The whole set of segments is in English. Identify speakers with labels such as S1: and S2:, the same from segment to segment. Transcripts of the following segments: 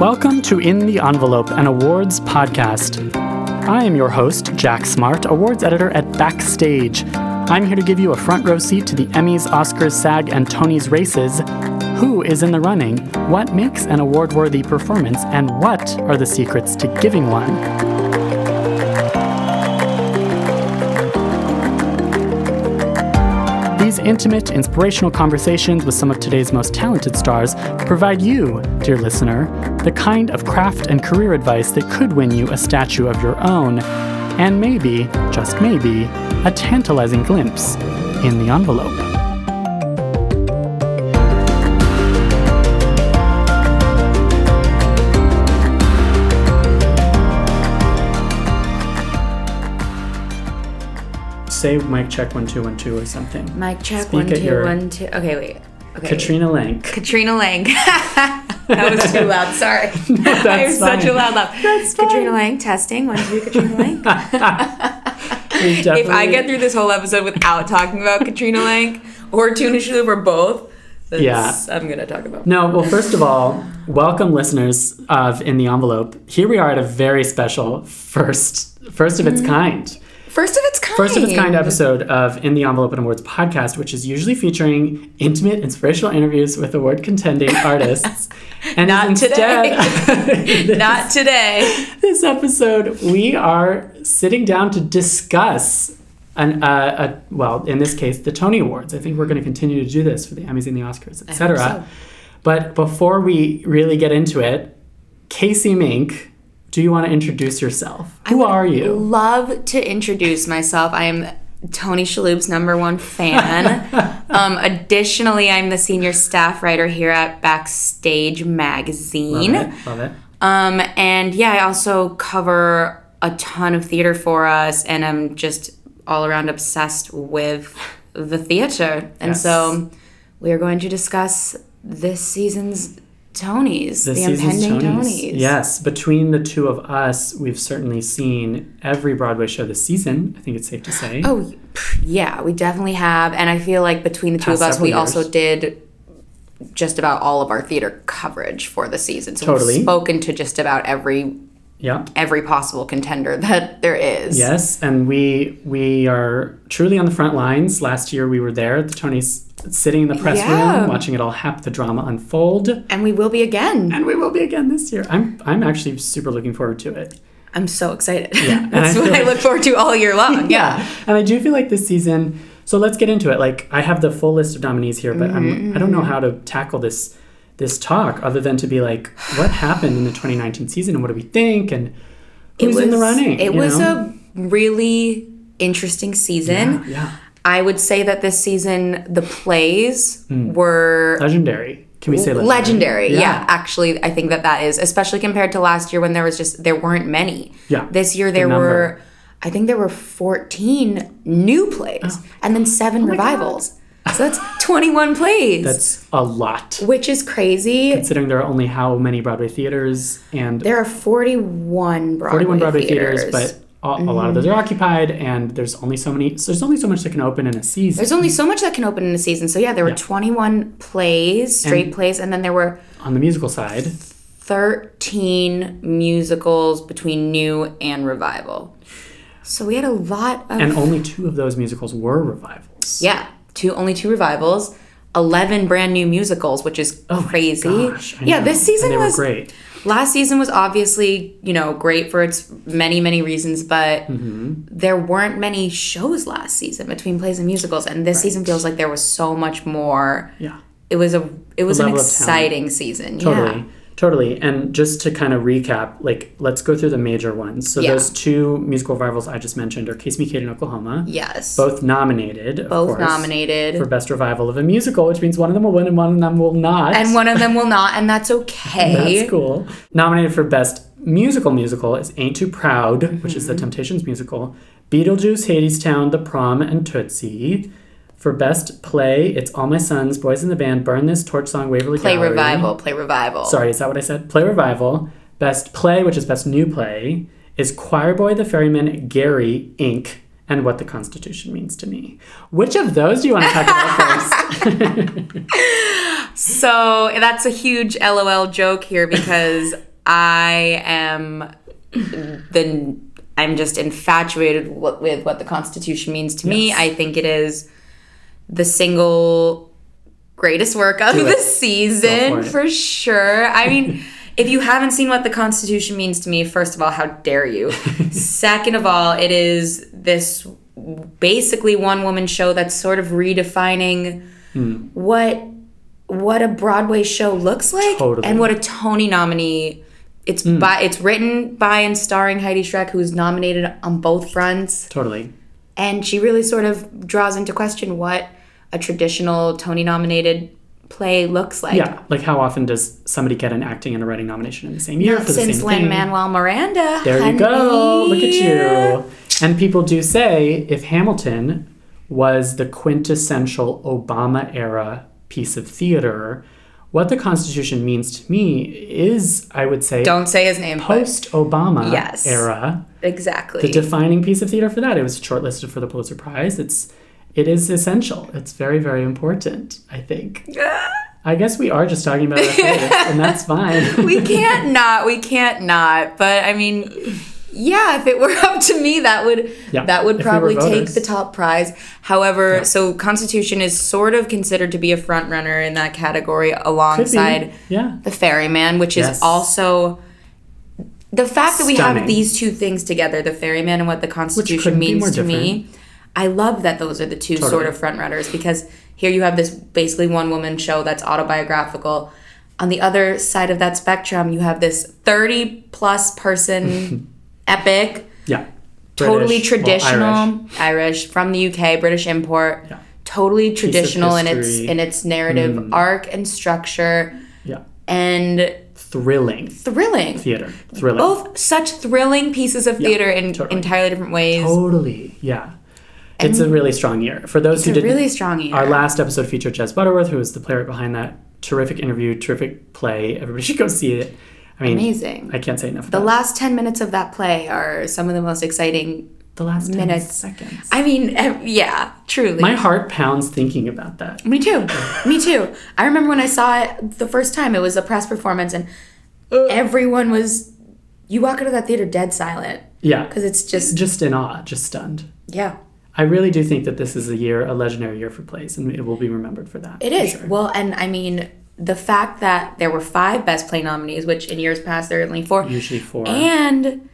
S1: Welcome to In the Envelope, an awards podcast. I am your host, Jack Smart, awards editor at Backstage. I'm here to give you a front row seat to the Emmys, Oscars, SAG, and Tony's races. Who is in the running? What makes an award worthy performance? And what are the secrets to giving one? These intimate, inspirational conversations with some of today's most talented stars provide you, dear listener, the kind of craft and career advice that could win you a statue of your own, and maybe, just maybe, a tantalizing glimpse in the envelope. Say mic check one two one two or something.
S2: Mic check
S1: Speak
S2: one
S1: at
S2: two
S1: your-
S2: one two. Okay, wait. Okay.
S1: Katrina Lank.
S2: Katrina Lang. that was too loud. Sorry.
S1: that's
S2: I have such a
S1: fine.
S2: loud laugh.
S1: That's
S2: Katrina Lang testing one two. Katrina Lang.
S1: We
S2: if I
S1: definitely-
S2: get through this whole episode without talking about Katrina Lang or Tuna Shalhoub or both, that's
S1: Yeah.
S2: I'm gonna talk about.
S1: No, well, first of all, welcome listeners of In the Envelope. Here we are at a very special first, first of
S2: Mm-hmm.
S1: its kind,
S2: First of its kind.
S1: first of its kind episode of In the Envelope and Awards podcast, which is usually featuring intimate, inspirational interviews with award contending artists. And
S2: Not
S1: today.
S2: Not today.
S1: this episode, we are sitting down to discuss an, uh, a, well, in this case, the Tony Awards. I think we're going to continue to do this for the Emmys and the Oscars, etc.
S2: so.
S1: But before we really get into it, Casey Mink, do you want to introduce yourself? Who are you?
S2: Love to introduce myself. I am Tony Shalhoub's number one fan. um, additionally, I'm the senior staff writer here at Backstage Magazine.
S1: Love it. Love it.
S2: Um, and yeah, I also cover a ton of theater for us, and I'm just all around obsessed with the theater. And
S1: Yes.
S2: so we are going to discuss this season's Tonys, the,
S1: season's
S2: impending Tonys.
S1: Yes, between the two of us, we've certainly seen every Broadway show this season. I think it's safe to say.
S2: Oh, y- pff, yeah, we definitely have. And I feel like between the two
S1: Past
S2: of us, we
S1: several years.
S2: also did just about all of our theater coverage for the season. So
S1: Totally.
S2: we've spoken to just about every
S1: Yeah.
S2: every possible contender that there is.
S1: Yes, and we we are truly on the front lines. Last year we were there. at The Tony's sitting in the press
S2: Yeah.
S1: room, watching it all happen, the drama unfold,
S2: And we will be again.
S1: and we will be again this year. I'm I'm actually super looking forward to it.
S2: I'm so excited.
S1: and
S2: That's
S1: I
S2: what
S1: feel
S2: I
S1: like-
S2: look forward to all year long. Yeah.
S1: and I do feel like this season. So let's get into it. Like I have the full list of nominees here, but I'm- I don't
S2: Mm-hmm.
S1: know how to tackle this this talk other than to be like, what happened in the 2019 season, and what do we think, and who's in the running?
S2: It
S1: you
S2: was
S1: know?
S2: a really interesting season.
S1: yeah
S2: I would say that this season the plays
S1: Hmm.
S2: were
S1: legendary. Can we say legendary?
S2: legendary. Yeah.
S1: Yeah.
S2: actually, I think that that is, especially compared to last year when there was just there weren't many.
S1: Yeah.
S2: This year there
S1: number.
S2: were, I think there were fourteen new plays
S1: Oh.
S2: and then seven revivals. So that's twenty-one plays,
S1: That's a lot.
S2: which is crazy.
S1: considering there are only how many Broadway theaters and
S2: there are forty-one Broadway,
S1: 41 Broadway
S2: theaters. Mm-hmm.
S1: theaters, but a, a lot of those are occupied, and there's only so many. So there's only so much that can open in a season
S2: there's only so much that can open in a season. So yeah, there were twenty-one plays, straight plays, and then there were
S1: on the musical side.
S2: 13 musicals between new and revival. So we had a lot of
S1: And only two of those musicals were revivals.
S2: yeah, two only two revivals, 11 brand new musicals, which is crazy.
S1: Oh gosh, I
S2: yeah,
S1: know.
S2: this season
S1: and they
S2: was
S1: were great.
S2: last season was obviously, you know, great for its many many reasons, but
S1: Mm-hmm.
S2: there weren't many shows last season between plays and musicals, and this season feels like there was so much more.
S1: Yeah,
S2: It was a it was an
S1: level of talent.
S2: exciting season.
S1: totally,
S2: Yeah.
S1: totally. And just to kind of recap, like let's go through the major ones. So
S2: Yeah.
S1: those two musical revivals I just mentioned are Case Me Kate in Oklahoma,
S2: Yes.
S1: both nominated, of
S2: both
S1: course,
S2: nominated.
S1: for best revival of a musical, which means one of them will win and one of them will not.
S2: and one of them will not, and that's okay.
S1: That's cool. Nominated for Best Musical Musical is Ain't Too Proud, which is the
S2: Mm-hmm.
S1: Temptations musical, Beetlejuice, Hadestown, The Prom, and Tootsie. For Best Play, it's All My Sons, Boys in the Band, Burn This, Torch Song, Waverly
S2: Play
S1: Gallery.
S2: revival, play revival.
S1: Sorry, is that what I said? Play Revival. Best Play, which is Best New Play, is Choir Boy, The Ferryman, Gary, Inc., and What the Constitution Means to Me. Which of those do you want to talk about first?
S2: So that's a huge LOL joke here because I am the I'm just infatuated with, with what the Constitution means to me.
S1: Yes.
S2: I think it is the single greatest work of
S1: Do
S2: the
S1: it. Go
S2: season
S1: for it.
S2: for sure. I mean, if you haven't seen what the Constitution means to me, first of all, how dare you? Second of all, it is this basically one woman show that's sort of redefining
S1: Hmm.
S2: what what a Broadway show looks like
S1: Totally. Hmm.
S2: and what a Tony nominee it's by it's written by and starring Heidi Schreck who's nominated on both fronts
S1: Totally.
S2: and she really sort of draws into question what a traditional Tony nominated play looks like.
S1: Yeah. Like, how often does somebody get an acting and a writing nomination in the same year for the
S2: Since
S1: same
S2: Lin
S1: thing?
S2: Manuel Miranda.
S1: There you go. Look at
S2: honey.
S1: you. And people do say if Hamilton was the quintessential Obama era piece of theater, what the Constitution means to me is, I would say,
S2: Don't say his name. but-
S1: post Obama
S2: Yes.
S1: era.
S2: exactly.
S1: The defining piece of theater for that. It was shortlisted for the Pulitzer Prize. It's it is essential. It's very, very important, I think. I guess we are just talking about our favorites, and that's fine.
S2: we can't not. We can't not. But I mean, yeah, if it were up to me, that would
S1: Yeah,
S2: that
S1: if
S2: would
S1: we
S2: probably
S1: were
S2: take
S1: voters.
S2: the top prize. However, so Constitution is sort of considered to be a front runner in that category alongside
S1: yeah.
S2: The Ferryman, which
S1: Yes.
S2: is also the fact that we
S1: Stunning.
S2: have these two things together, the Ferryman and what the Constitution
S1: couldn't be more
S2: means to me. I love that those are the two sort
S1: Totally.
S2: of front runners because here you have this basically one woman show that's autobiographical. On the other side of that spectrum, you have this 30 plus person epic,
S1: Yeah.
S2: totally
S1: British, well,
S2: traditional
S1: Irish.
S2: Irish. from the UK, British import.
S1: Yeah.
S2: Totally traditional in its
S1: history. Hmm.
S2: in its narrative arc and structure
S1: Yeah.
S2: and
S1: Thrilling
S2: thrilling.
S1: theater. Thrilling.
S2: Both such thrilling pieces of theater in
S1: totally.
S2: entirely different ways.
S1: Totally. Yeah. It's a really strong year. For those who
S2: It's a
S1: didn't
S2: really strong year.
S1: our last episode featured Jez Butterworth, who is the playwright behind that terrific interview, terrific play. Everybody should go see it. I mean
S2: Amazing.
S1: I can't say enough
S2: the
S1: about
S2: last 10 minutes of that play are some of the most exciting.
S1: the last 10
S2: minutes.
S1: seconds.
S2: I mean, ev- yeah, truly.
S1: My heart pounds thinking about that.
S2: me too. Me too. I remember when I saw it the first time, it was a press performance, and everyone was. You walk into that theater dead silent
S1: Yeah.
S2: because it's just,
S1: Just in awe, just stunned.
S2: yeah.
S1: I really do think that this is a year, a legendary year for plays, and it will be remembered for that.
S2: It
S1: for
S2: is.
S1: sure.
S2: Well, and I mean, the fact that there were five best play nominees, which in years past there are only four.
S1: Usually for
S2: And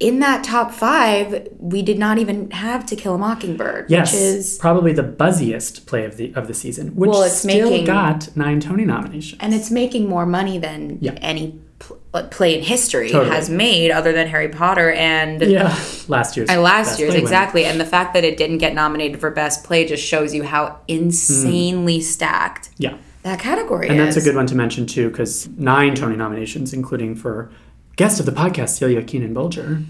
S2: in that top five, we did not even have To Kill a Mockingbird,
S1: yes,
S2: which is
S1: probably the buzziest play of the of the season, which
S2: Well, it's
S1: still
S2: making-
S1: got nine Tony nominations.
S2: and it's making more money than
S1: Yeah.
S2: any pl- uh, play in history
S1: Totally.
S2: has made, other than Harry Potter and.
S1: yeah, last year's
S2: and Uh, Last
S1: best
S2: year's
S1: play winner.
S2: exactly, and the fact that it didn't get nominated for best play just shows you how insanely stacked
S1: Yeah,
S2: that category
S1: and
S2: is.
S1: that's a good one to mention too, because nine Tony nominations, including for guest of the podcast Celia Keenan Bolger,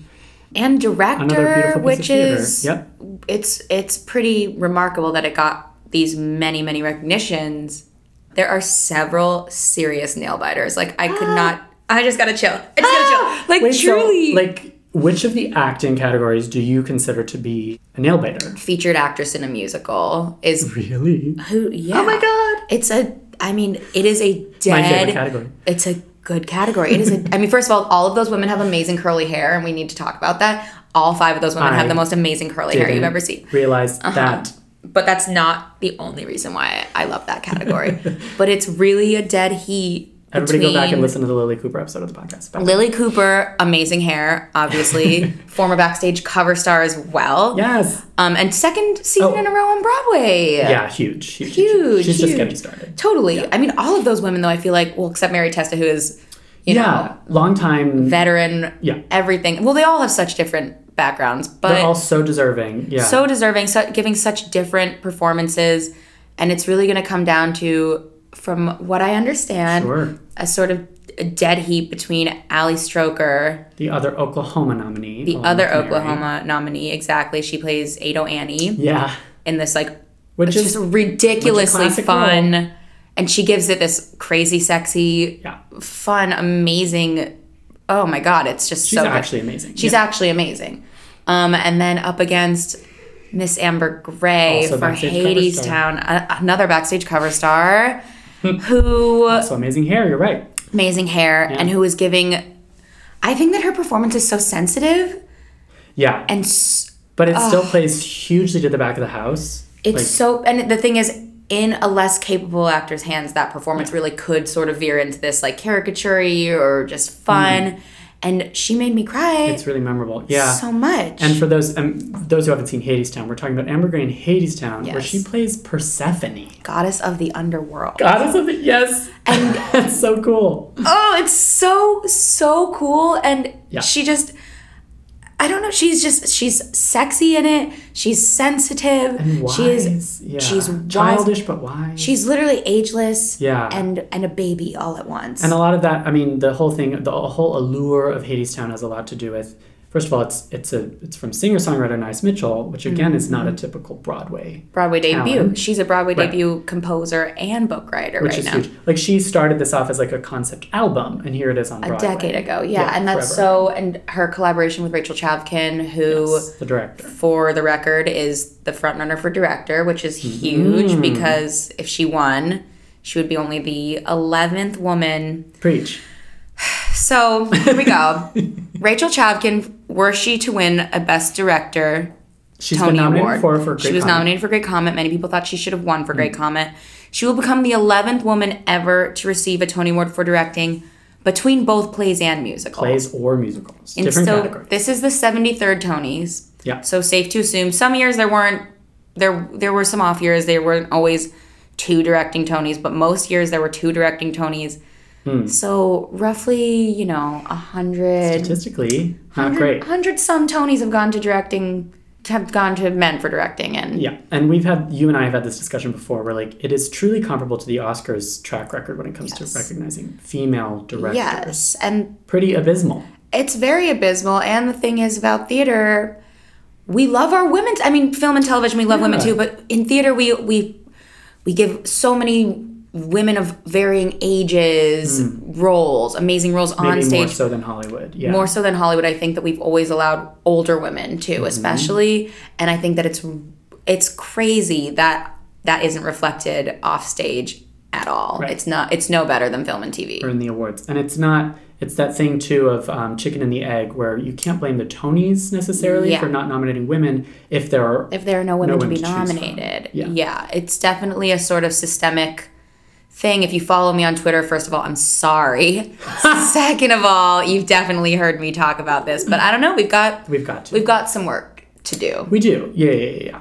S2: and
S1: another
S2: director,
S1: beautiful piece
S2: which
S1: of theater.
S2: is
S1: yep,
S2: it's it's pretty remarkable that it got these many many recognitions. There are several serious nail biters. Like I could not. I just gotta chill. I just gotta chill. Like
S1: Wait, so,
S2: truly,
S1: like which of the acting categories do you consider to be a nail biter?
S2: featured actress in a musical is
S1: Really,
S2: who? Yeah. Oh my god. It's a. I mean, it is a
S1: my favorite
S2: dead.
S1: category.
S2: It's a good category. It is a. I mean, first of all, all of those women have amazing curly hair, and we need to talk about that. All five of those women
S1: I
S2: have the most amazing curly hair you've
S1: didn't
S2: ever seen. Uh-huh.
S1: Realize that
S2: but that's not the only reason why I love that category. but it's really a dead heat.
S1: Everybody go back and
S2: between
S1: listen to the Lily Cooper episode of the podcast. Back-
S2: Lily Cooper, amazing hair, obviously, former backstage cover star as well.
S1: yes.
S2: Um, and second season
S1: Oh.
S2: in a row on Broadway.
S1: Yeah, huge, huge,
S2: Huge,
S1: She's just
S2: huge.
S1: getting started.
S2: Totally. I mean, all of those women, though, I feel like, well, except Mary Testa, who is, you know,
S1: Yeah, long time.
S2: veteran,
S1: Yeah.
S2: everything. Well, they all have such different backgrounds, but
S1: They're all so deserving. Yeah.
S2: so deserving, so, giving such different performances, and it's really going to come down to, from what I understand,
S1: Sure.
S2: a sort of a dead heat between Ali Stroker,
S1: the other Oklahoma nominee.
S2: the other Oklahoma nominee, exactly. She plays Ado Annie
S1: Yeah.
S2: in this like
S1: Which is
S2: just ridiculously
S1: classic
S2: fun, and she gives it this crazy, sexy,
S1: yeah.
S2: fun, amazing. Oh my god, it's just
S1: She's
S2: so good.
S1: actually amazing.
S2: She's
S1: yeah.
S2: actually amazing. Um, and then up against Miss Amber Gray
S1: Also
S2: for
S1: backstage cover
S2: Hades
S1: star.
S2: Town, a- another backstage cover star, who
S1: so amazing hair. You're right.
S2: amazing hair and who is giving I think that her performance is so sensitive
S1: Yeah.
S2: and s-
S1: but it still plays hugely to the back of the house.
S2: it's
S1: Like,
S2: so. And the thing is, in a less capable actor's hands, that performance really could sort of veer into this like caricature or just fun. And she made me cry
S1: Mm-hmm. it's really memorable. Yeah.
S2: so much.
S1: and for those um, those who haven't seen Hadestown, we're talking about Amber Gray in Hadestown, where
S2: Yes. Ah,
S1: she plays Persephone.
S2: Goddess of the underworld.
S1: Goddess of the yes, and that's so cool.
S2: oh it's so so cool and
S1: Yeah.
S2: she just i don't know she's just she's sexy in it she's sensitive
S1: And
S2: she is
S1: wise, yeah.
S2: she's wise.
S1: childish but wise.
S2: she's literally ageless
S1: Yeah.
S2: and and a baby all at once
S1: And a lot of that, I mean, the whole thing, the whole allure of Hadestown has a lot to do with. First of all, it's it's a it's from singer songwriter Nice Mitchell, which again is not
S2: Mm-hmm.
S1: a typical Broadway,
S2: broadway debut
S1: talent.
S2: she's a broadway
S1: Right.
S2: debut composer and book writer
S1: which
S2: right
S1: is
S2: now
S1: huge. Like she started this off as like a concept album, and here it is on
S2: a
S1: Broadway.
S2: decade ago yeah,
S1: Yeah,
S2: and that's so and her collaboration with rachel chavkin who
S1: Yes, the director.
S2: for the record, is the front runner for director, which is huge
S1: Mm.
S2: because if she won, she would be only the 11th woman.
S1: Preach.
S2: So here we go. Rachel Chavkin, were she to win a Best Director
S1: She's
S2: Tony
S1: been nominated
S2: Award,
S1: for for Great Mm.
S2: she was
S1: Comedy.
S2: nominated for Great Comment. Many people thought she should have won for Great Comment. She will become the 11th woman ever to receive a Tony Award for directing between both plays and musicals.
S1: plays or musicals,
S2: And
S1: different
S2: so
S1: categories.
S2: this is the 73rd Tonys.
S1: Yeah.
S2: So safe to assume some years there weren't there there were some off years. There weren't always two directing Tonys, but most years there were two directing Tonys.
S1: Hmm.
S2: So roughly, you know, a hundred
S1: Statistically, not great.
S2: hundred some Tonys have gone to directing have gone to men for directing and
S1: Yeah, and we've had you and I have had this discussion before, where like it is truly comparable to the Oscars track record when it comes to recognizing female directors.
S2: yes. And
S1: pretty abysmal.
S2: it's very abysmal. And the thing is about theater, we love our women. I mean, film and television, we love women
S1: Yeah.
S2: too. But in theater, we we we give so many women of varying ages roles, amazing roles on
S1: Hmm. Maybe more
S2: stage.
S1: so than Hollywood. Yeah,
S2: More so than Hollywood, I think that we've always allowed older women too,
S1: Mm-hmm.
S2: especially. And I think that it's it's crazy that that isn't reflected off stage at all. It's not. It's no better than film and TV.
S1: in the awards, and it's not. It's that thing too of um, chicken and the egg, where you can't blame the Tonys necessarily
S2: Yeah.
S1: for not nominating women if there are
S2: if there are no women
S1: No
S2: to
S1: women
S2: be
S1: to choose from.
S2: nominated.
S1: Yeah.
S2: Yeah. it's definitely a sort of systemic thing. If you follow me on Twitter, first of all, I'm sorry. Second of all, you've definitely heard me talk about this, but I don't know. We've got
S1: we've got to.
S2: we've got some work to do.
S1: we do. Yeah, yeah, yeah, yeah.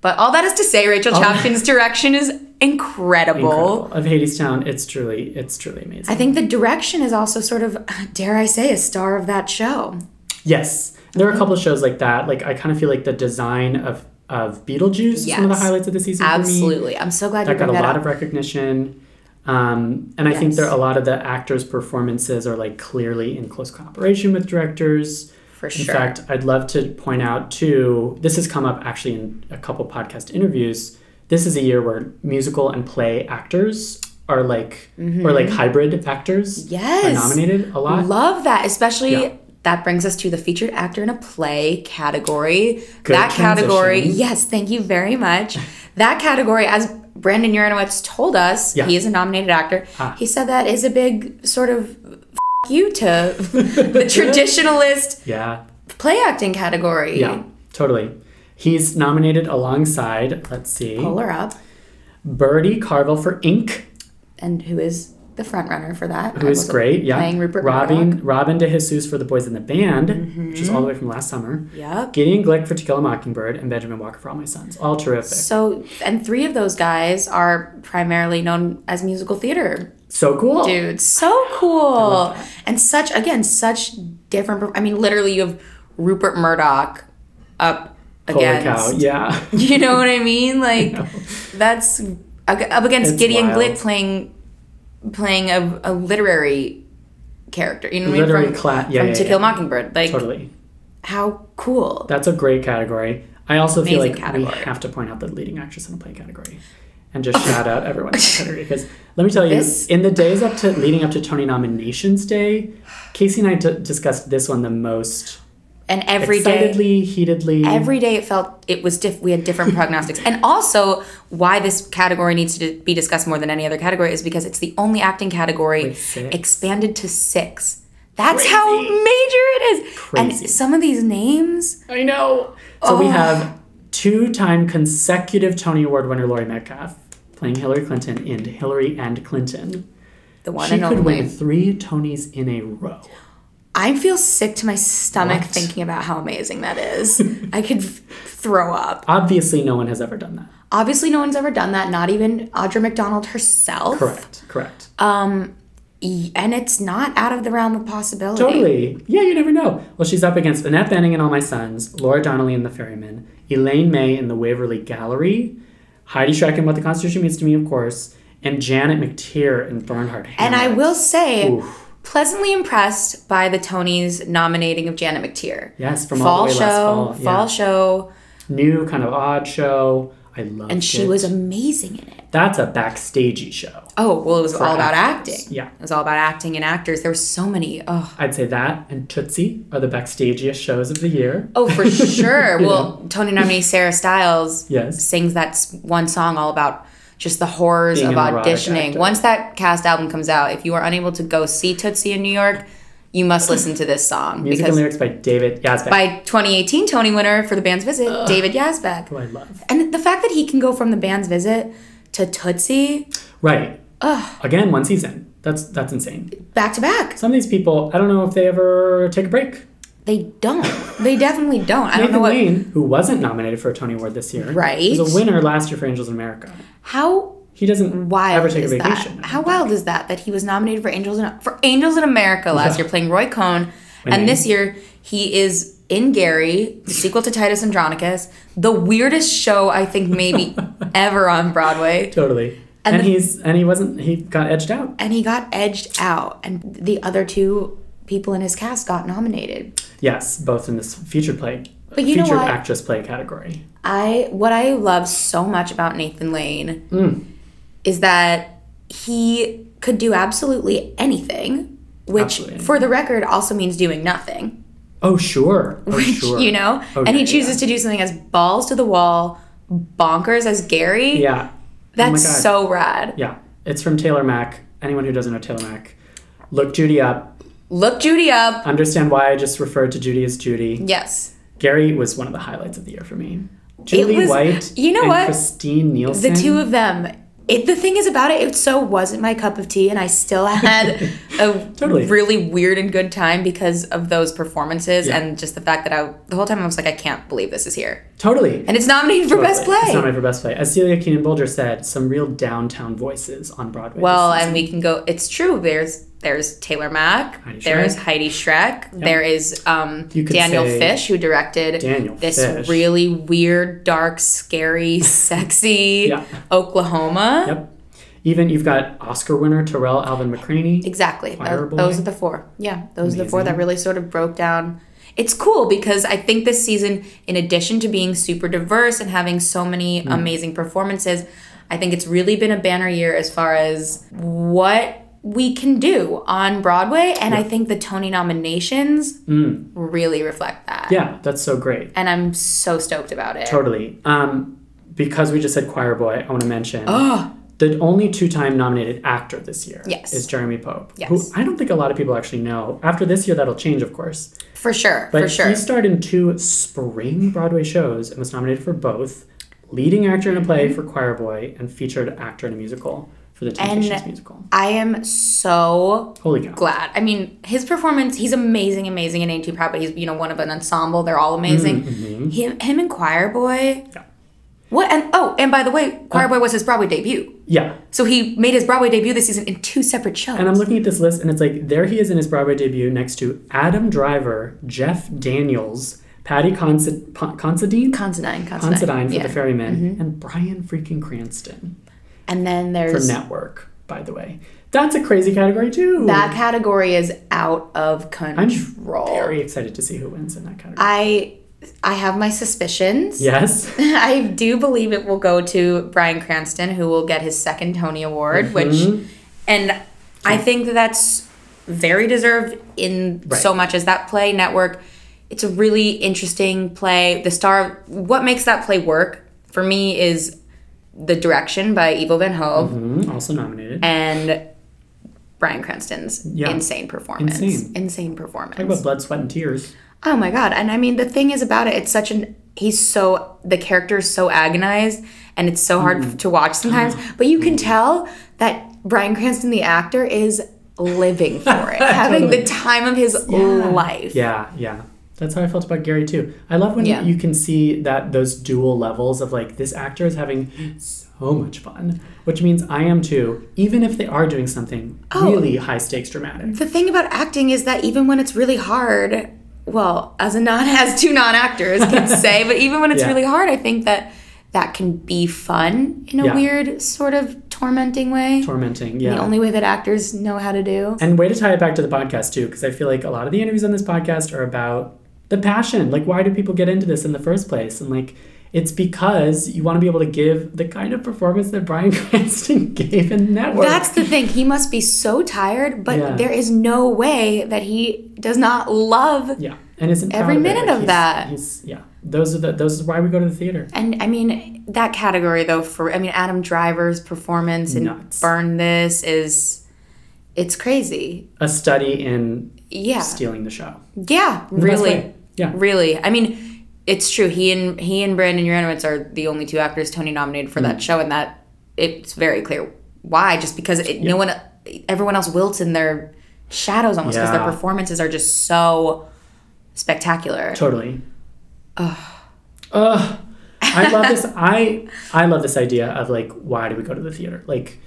S2: But all that is to say, Rachel Chapkin's direction is incredible.
S1: Incredible. Of Hadestown, it's truly, it's truly amazing.
S2: I think the direction is also sort of, dare I say, a star of that show.
S1: Yes, there are a couple of shows like that. Like I kind of feel like the design of of Beetlejuice is one of the
S2: Yes.
S1: highlights of the season for me.
S2: Absolutely. I'm so glad you
S1: That got
S2: brought
S1: a
S2: that
S1: lot
S2: up.
S1: of recognition. Um, and I think
S2: Yes.
S1: there a lot of the actors' performances are like clearly in close cooperation with directors.
S2: For
S1: In
S2: sure.
S1: fact, I'd love to point out too. This has come up actually in a couple podcast interviews. This is a year where musical and play actors are like or like hybrid actors are
S2: Mm-hmm. Yes.
S1: nominated a lot.
S2: Love that, especially
S1: Yeah.
S2: that brings us to the featured actor in a play category.
S1: Good
S2: that category,
S1: transition.
S2: yes, thank you very much. that category, as Brandon Urinowitz told us,
S1: Yeah. Ah.
S2: he is a nominated actor. He said that is a big sort of f- you to the traditionalist
S1: yeah.
S2: play acting category.
S1: Yeah, totally. He's nominated alongside, let's see,
S2: Pull her up,
S1: Birdie Carvel for Inc.,
S2: and who is the front runner for that?
S1: who is great. Yeah.
S2: playing Rupert
S1: Robin,
S2: Murdoch. Mm-hmm.
S1: Robin de Jesus for The Boys in the Band, which is all the way from last summer.
S2: Yep.
S1: Gideon Glick for To Kill a Mockingbird and Benjamin Walker for All My Sons. All terrific. So,
S2: So, and three of those guys are primarily known as musical theater
S1: cool.
S2: dude so cool and such again such different i mean literally you have rupert murdoch up
S1: Holy
S2: against
S1: cow. Yeah.
S2: you know what i mean like that's ag- up against
S1: It's
S2: gideon
S1: wild.
S2: glick playing playing a, a literary character you know what
S1: Literary
S2: i mean
S1: cla- yeah,
S2: from
S1: yeah,
S2: to
S1: yeah.
S2: kill mockingbird like
S1: totally.
S2: how cool
S1: That's a great category. I also feel
S2: Amazing
S1: like we
S2: category.
S1: have to point out the leading actress in a play category and just shout out everyone in the category because let me tell you,
S2: This-
S1: in the days up to leading up to Tony Nominations Day, Casey and I d- discussed this one the most
S2: and every day
S1: excitedly, heatedly.
S2: every day it felt it was diff we had different prognostics and also why this category needs to be discussed more than any other category is because it's the only acting category
S1: six.
S2: expanded to six That's how
S1: Crazy.
S2: major it is.
S1: Crazy.
S2: And some of these names,
S1: I know. So we
S2: Oh.
S1: have two-time consecutive Tony Award winner Laurie Metcalf playing Hillary Clinton in Hillary and Clinton.
S2: the one
S1: She
S2: and
S1: could win
S2: only.
S1: three Tonys in a row.
S2: I feel sick to my stomach
S1: What?
S2: thinking about how amazing that is. I could f- throw up.
S1: Obviously, no one has ever done that.
S2: Obviously, no one's ever done that. Not even Audra McDonald herself.
S1: Correct. Correct.
S2: E- And it's not out of the realm of possibility.
S1: Totally. Yeah, you never know. Well, she's up against Annette Benning in All My Sons, Laura Donnelly in The Ferryman, Elaine May in The Waverly Gallery, Heidi Schreck in What the Constitution Means to Me, of course, and Janet McTeer in Barnhart
S2: And
S1: Hamlet.
S2: I will say,
S1: Oof.
S2: pleasantly impressed by the Tonys nominating of Janet McTeer.
S1: Yes, from all
S2: Fall
S1: the way
S2: show,
S1: last fall.
S2: fall,
S1: yeah.
S2: show,
S1: New, kind of odd show. I loved
S2: and she
S1: it.
S2: was amazing in it.
S1: That's a backstagey show.
S2: Oh, well, it was all about
S1: actors.
S2: acting.
S1: Yeah.
S2: It was all about acting and actors. There were so many. Oh,
S1: I'd say that and Tootsie are the backstagiest shows of the year.
S2: oh for sure.
S1: You
S2: Well, Tony nominee Sarah Stiles
S1: Yes.
S2: sings that s- one song all about just the horrors
S1: Being
S2: of
S1: an erotic
S2: auditioning.
S1: actor.
S2: Once that cast album comes out, if you are unable to go see Tootsie in New York, you must listen to this song
S1: Music and
S2: because
S1: lyrics by David Yazbek.
S2: by 2018 Tony winner for the band's visit, David Yazbek.
S1: who I love.
S2: And the fact that he can go from the band's visit to Tootsie
S1: Right. Again, one season. That's that's insane.
S2: back to back,
S1: Some of these people, I don't know if they ever take a break.
S2: they don't. They definitely don't. I don't
S1: Nathan
S2: know what.
S1: Lane, who wasn't nominated for a Tony Award this year,
S2: Right.
S1: was a winner last year for Angels in America.
S2: How
S1: He doesn't
S2: wild
S1: ever take
S2: is
S1: a vacation.
S2: that? How wild is that? That he was nominated for Angels in for Angels in America last
S1: Yeah.
S2: year, playing Roy Cohn, and this year he is in Gary, the sequel to Titus Andronicus, the weirdest show I think maybe ever on Broadway.
S1: Totally. And,
S2: And the-
S1: he's and he wasn't. He got edged out.
S2: And he got edged out, and the other two people in his cast got nominated.
S1: Yes, both in this featured play,
S2: But you know
S1: featured
S2: what?
S1: actress play category.
S2: I what I love so much about Nathan Lane
S1: Hmm.
S2: is that he could do absolutely anything, which
S1: Absolutely.
S2: for the record also means doing nothing.
S1: Oh sure. Oh sure.
S2: You know?
S1: Oh,
S2: and
S1: yeah,
S2: he chooses to do something as balls to the wall, bonkers as Gary.
S1: Yeah. Oh
S2: That's
S1: God.
S2: so rad.
S1: Yeah. It's from Taylor Mack. Anyone who doesn't know Taylor Mack, look Judy up.
S2: Look Judy up.
S1: Understand why I just referred to Judy as Judy.
S2: Yes.
S1: Gary was one of the highlights of the year for me. Julie
S2: was-
S1: White,
S2: you know
S1: and
S2: what?
S1: Christine
S2: The
S1: Nielsen.
S2: two of them. It, the thing is about it, it so wasn't my cup of tea, and I still had a
S1: Totally.
S2: really weird and good time because of those performances
S1: Yeah.
S2: and just the fact that I the whole time I was like, I can't believe this is here,
S1: totally.
S2: and it's nominated for best
S1: Totally.
S2: play.
S1: It's nominated for best play. As Celia Keenan Bolger said, some real downtown voices on Broadway.
S2: well,
S1: this
S2: and we can go. It's true. There's there's Taylor Mack.
S1: Heidi
S2: there's
S1: Schreck.
S2: Heidi Schreck. There is um,
S1: You could
S2: Daniel
S1: say
S2: Fish who directed
S1: Daniel
S2: this
S1: Fish.
S2: really weird, dark, scary, sexy
S1: Yeah.
S2: Oklahoma.
S1: season. Yep. Even you've got Oscar winner Terrell Alvin McCraney.
S2: Exactly. Tho-
S1: Choir
S2: Those
S1: boy.
S2: are the four. Yeah, those are the four that
S1: Amazing.
S2: really sort of broke down. It's cool because I think this season, in addition to being super diverse and having so many
S1: Hmm.
S2: amazing performances, I think it's really been a banner year as far as what we can do on Broadway. And I think the Tony nominations really reflect that.
S1: Hmm. Yeah, that's so great.
S2: And I'm so stoked about it.
S1: Totally. Um, because we just said choir boy, I want to mention the only two-time nominated actor this year
S2: Ah. Yes.
S1: is Jeremy Pope, who
S2: Yes.
S1: I don't think a lot of people actually know. After this year, that'll change, of course.
S2: For sure.
S1: But
S2: for sure.
S1: he starred in two spring Broadway shows and was nominated for both leading actor in a play
S2: Mm-hmm.
S1: for Choir Boy and featured actor in a musical for the Temptations musical.
S2: I am so
S1: Holy cow.
S2: glad. I mean, his performance, he's amazing, amazing in A2 Proud, but he's, you know, one of an ensemble. They're all amazing. Him, him and Choir Boy.
S1: Mm-hmm. Yeah. Uh-huh.
S2: What? And oh, and by the way, Choir Boy was his Broadway debut.
S1: Yeah.
S2: So he made his Broadway debut this season in two separate shows.
S1: And I'm looking at this list and it's like there he is in his Broadway debut next to Adam Driver, Jeff Daniels, Patty Consid- Pon- Considine?
S2: Considine, Considine.
S1: Considine for
S2: yeah. Mm-hmm.
S1: The Ferryman, and Brian freaking Cranston
S2: And then
S1: for
S2: there's
S1: Network, by the way. That's a crazy category too.
S2: that category is out of
S1: I'm
S2: control.
S1: very excited to see who wins in that category.
S2: I I have my suspicions.
S1: yes.
S2: I do believe it will go to Brian Cranston, who will get his second Tony Award,
S1: Mm-hmm.
S2: which, and I think that that's very deserved in so much as that play network. It's a really interesting play. The star, what makes that play work for me is the direction by Evo Van Hove
S1: Mm-hmm. Mm, also nominated.
S2: and Brian Cranston's
S1: Yeah.
S2: insane performance.
S1: Insane.
S2: Insane performance.
S1: Talk about blood, sweat, and tears.
S2: Oh my god. And I mean the thing is about it, it's such an he's so the character is so agonized and it's so hard
S1: Mm-hmm.
S2: to watch sometimes, but you can tell that Brian Cranston the actor is living for it, having the time of his life.
S1: Yeah, yeah. That's how I felt about Gary too. I love when
S2: Yeah.
S1: you can see that those dual levels of like this actor is having so much fun, which means I am too, even if they are doing something
S2: Oh.
S1: really high stakes dramatic.
S2: The thing about acting is that even when it's really hard, well, as a non as two non actors can say, but even when it's
S1: Yeah.
S2: really hard, I think that that can be fun in a
S1: Yeah.
S2: weird sort of tormenting way.
S1: Tormenting, yeah.
S2: the only way that actors know how to do.
S1: And way to tie it back to the podcast too, because I feel like a lot of the interviews on this podcast are about the passion. Like, why do people get into this in the first place? And like, it's because you want to be able to give the kind of performance that Brian Cranston gave in Network.
S2: That's the thing. He must be so tired, but
S1: Yeah.
S2: there is no way that he does not love.
S1: yeah, and it's
S2: Every minute of that.
S1: He's yeah. Those are the those is why we go to the theater.
S2: And I mean, that category though, for I mean, Adam Driver's performance in
S1: Nuts.
S2: Burn This is, it's crazy.
S1: A study in
S2: Yeah.
S1: stealing the show.
S2: Yeah,
S1: The best
S2: really.
S1: way. Yeah.
S2: Really. I mean, it's true. He and he and Brandon Uranowitz are the only two actors Tony nominated for
S1: Mm.
S2: that show and that it's very clear why just because it, no one everyone else wilts in their shadows almost because
S1: Yeah.
S2: their performances are just so spectacular.
S1: Totally. Ugh. Ugh. I love this. I I love this idea of like, why do we go to the theater? Like,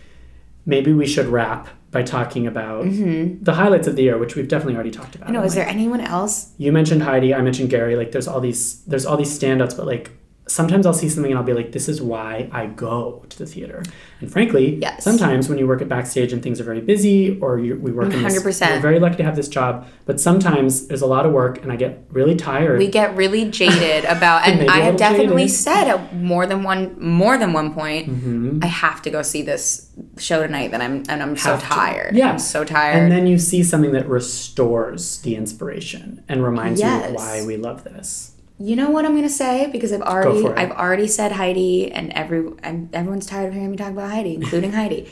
S1: maybe we should wrap by talking about the highlights of the year, which we've definitely already talked about.
S2: Mm-hmm. I know,
S1: And,
S2: is
S1: like,
S2: there anyone else?
S1: you mentioned Heidi, I mentioned Gary. Like, there's all these there's all these standouts, but like sometimes I'll see something and I'll be like, this is why I go to the theater. And frankly,
S2: Yes.
S1: sometimes when you work at backstage and things are very busy, or you, we work in this,
S2: 100%.
S1: we're very lucky to have this job, but sometimes there's a lot of work and I get really tired.
S2: We get really jaded about and
S1: Maybe
S2: I
S1: a
S2: have
S1: little
S2: definitely
S1: jaded.
S2: said at more than one more than one point
S1: Mm-hmm.
S2: I have to go see this show tonight that I'm and I'm
S1: Have
S2: so
S1: to.
S2: tired.
S1: Yeah.
S2: I'm so tired.
S1: And then you see something that restores the inspiration and reminds you
S2: Yes.
S1: why we love this.
S2: You know what I'm gonna say because I've already
S1: for it.
S2: I've already said Heidi and every I'm, everyone's tired of hearing me talk about Heidi, including Heidi.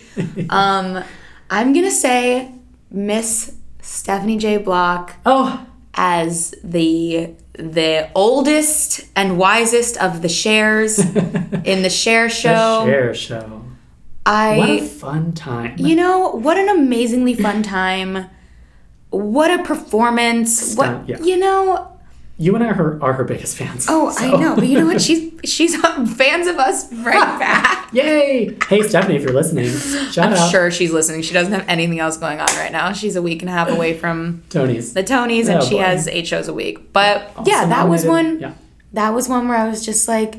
S2: Um, I'm gonna say Miss Stephanie J. Block
S1: Oh,
S2: as the the oldest and wisest of the shares in the share show.
S1: share show.
S2: I
S1: What a fun time.
S2: you know what an amazingly fun time. What a performance!
S1: Stunt,
S2: What
S1: yeah.
S2: you know.
S1: You and I are her, are her biggest fans.
S2: Oh,
S1: so-
S2: I know, but you know what? She's she's on fans of us right back.
S1: Yay! Hey, Stephanie, if you're listening, shout out.
S2: I'm sure she's listening. She doesn't have anything else going on right now. She's a week and a half away from
S1: Tony's.
S2: the Tonys, and
S1: Oh,
S2: she
S1: boy.
S2: has eight shows a week. But yeah,
S1: Also
S2: that was
S1: nominated.
S2: one.
S1: Yeah.
S2: That was one where I was just like,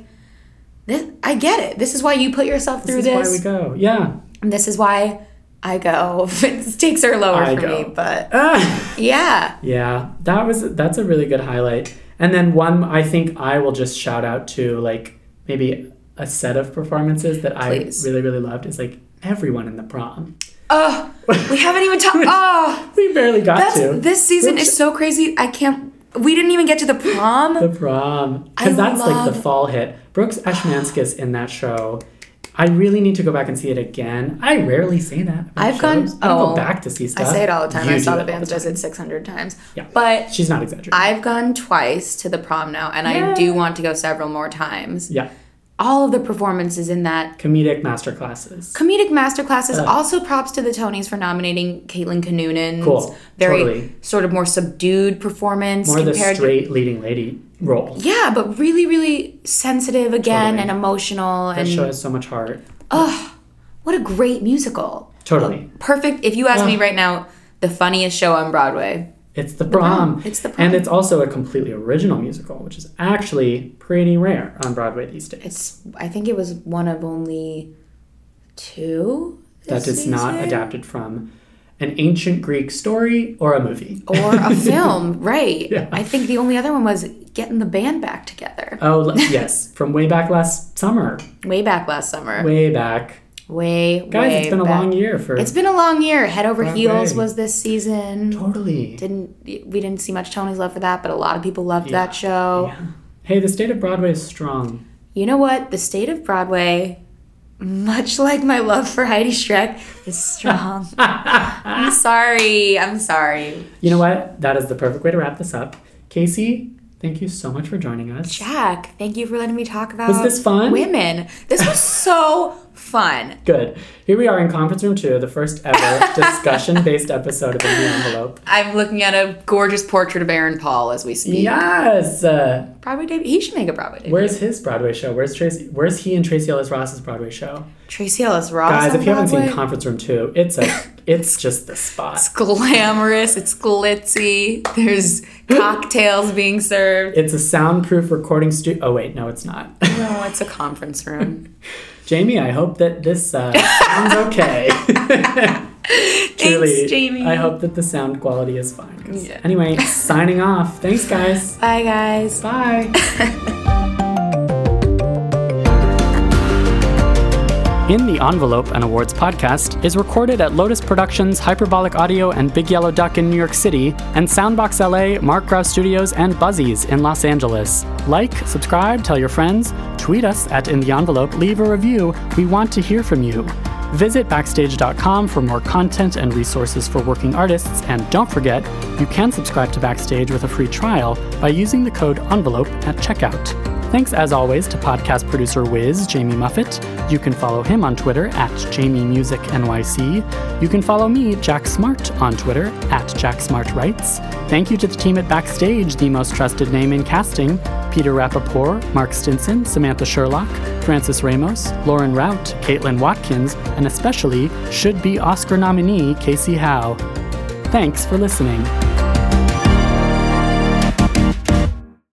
S2: "This, I get it. This is why you put yourself through
S1: This
S2: this.
S1: is why we go. Yeah.
S2: and this is why I go. it takes her lower
S1: I
S2: for
S1: go.
S2: me, but
S1: Ah.
S2: yeah,
S1: Yeah, that was that's a really good highlight. And then one I think I will just shout out to like maybe a set of performances that
S2: Please.
S1: I really really loved is like everyone in the prom.
S2: oh, we haven't even talked. Oh,
S1: We barely got
S2: That's,
S1: to
S2: this season
S1: Which-
S2: is so crazy. I can't. We didn't even get to the prom.
S1: the prom
S2: I
S1: because that's like the
S2: love-
S1: fall hit. Brooks Ashmanskis in that show. I really need to go back and see it again. I rarely say that. about
S2: I've gone-
S1: shows. I don't go
S2: oh,
S1: back to see
S2: I
S1: stuff.
S2: say it all the time.
S1: You
S2: I
S1: do
S2: saw
S1: it
S2: the
S1: all
S2: bands
S1: time.
S2: does it 600 times.
S1: Yeah.
S2: But
S1: She's not exaggerating.
S2: I've gone twice to the prom now, and I do want to go several more times.
S1: yeah,
S2: All of the performances in that
S1: comedic masterclasses.
S2: comedic masterclasses.
S1: Uh-huh.
S2: also, props to the Tonys for nominating Caitlin Kanunin.
S1: Cool.
S2: Very
S1: Totally.
S2: sort of more subdued performance
S1: More the
S2: compared to.
S1: straight leading lady role.
S2: Yeah, but really, really sensitive again
S1: Totally.
S2: and emotional.
S1: That
S2: and
S1: show has so much heart.
S2: what a great musical.
S1: Totally.
S2: perfect. If you ask me right now, the funniest show on Broadway.
S1: It's the prom.
S2: prom. It's the
S1: And
S2: prom.
S1: it's also a completely original musical, which is actually pretty rare on Broadway these days.
S2: It's I think it was one of only two.
S1: that
S2: this
S1: is not
S2: season?
S1: adapted from an ancient Greek story or a movie.
S2: or a film, right?
S1: Yeah.
S2: I think the only other one was getting the band back together
S1: Oh, le- yes, from way back last summer.
S2: way back last summer. Way,
S1: Way back.
S2: way,
S1: Guys, it's been a
S2: back.
S1: long year for.
S2: It's been a long year. Head over heels
S1: Broadway.
S2: was this season.
S1: totally.
S2: Didn't we didn't see much Tony's love for that, but a lot of people loved that show.
S1: Yeah. Hey, the state of Broadway is strong.
S2: You know what? The state of Broadway much like my love for Heidi Schreck, is strong. I'm sorry. I'm sorry.
S1: You know what? That is the perfect way to wrap this up. Casey, thank you so much for joining us.
S2: Jack, thank you for letting me talk about
S1: Was this fun?
S2: women. This was so fun.
S1: Good. Here we are in conference room two, the first ever discussion based episode of In the Envelope.
S2: I'm looking at a gorgeous portrait of Aaron Paul as we speak.
S1: Yes. Uh,
S2: Broadway debut. He should make a Broadway debut.
S1: where's his Broadway show? Where's Tracy? Where's he and Tracy Ellis Ross's Broadway show?
S2: Tracy Ellis Ross?
S1: Guys,
S2: on
S1: if you haven't seen
S2: Broadway?
S1: conference room two, it's a it's just the spot.
S2: it's glamorous. It's glitzy. There's cocktails being served.
S1: It's a soundproof recording studio. Oh wait, no, it's not.
S2: No, Oh, it's a conference room.
S1: Jamie, I hope that this uh, sounds okay. Truly,
S2: Jamie.
S1: I hope that the sound quality is fine. 'cause-
S2: Yeah.
S1: Anyway, signing off. Thanks, guys.
S2: Bye, guys.
S1: Bye. In the Envelope, an awards podcast, is recorded at Lotus Productions, Hyperbolic Audio, and Big Yellow Duck in New York City, and Soundbox LA, Mark Grouse Studios, and Buzzies in Los Angeles. Like, subscribe, tell your friends, tweet us at In the Envelope, leave a review. We want to hear from you. Visit Backstage.com for more content and resources for working artists, and don't forget, you can subscribe to Backstage with a free trial by using the code ENVELOPE at checkout. Thanks as always to podcast producer Wiz, Jamie Muffett. You can follow him on Twitter at JamieMusicNYC. You can follow me, Jack Smart, on Twitter at JackSmartWrites. Thank you to the team at Backstage, the most trusted name in casting Peter Rappaport, Mark Stinson, Samantha Sherlock, Francis Ramos, Lauren Rout, Caitlin Watkins, and especially should be Oscar nominee Casey Howe. Thanks for listening.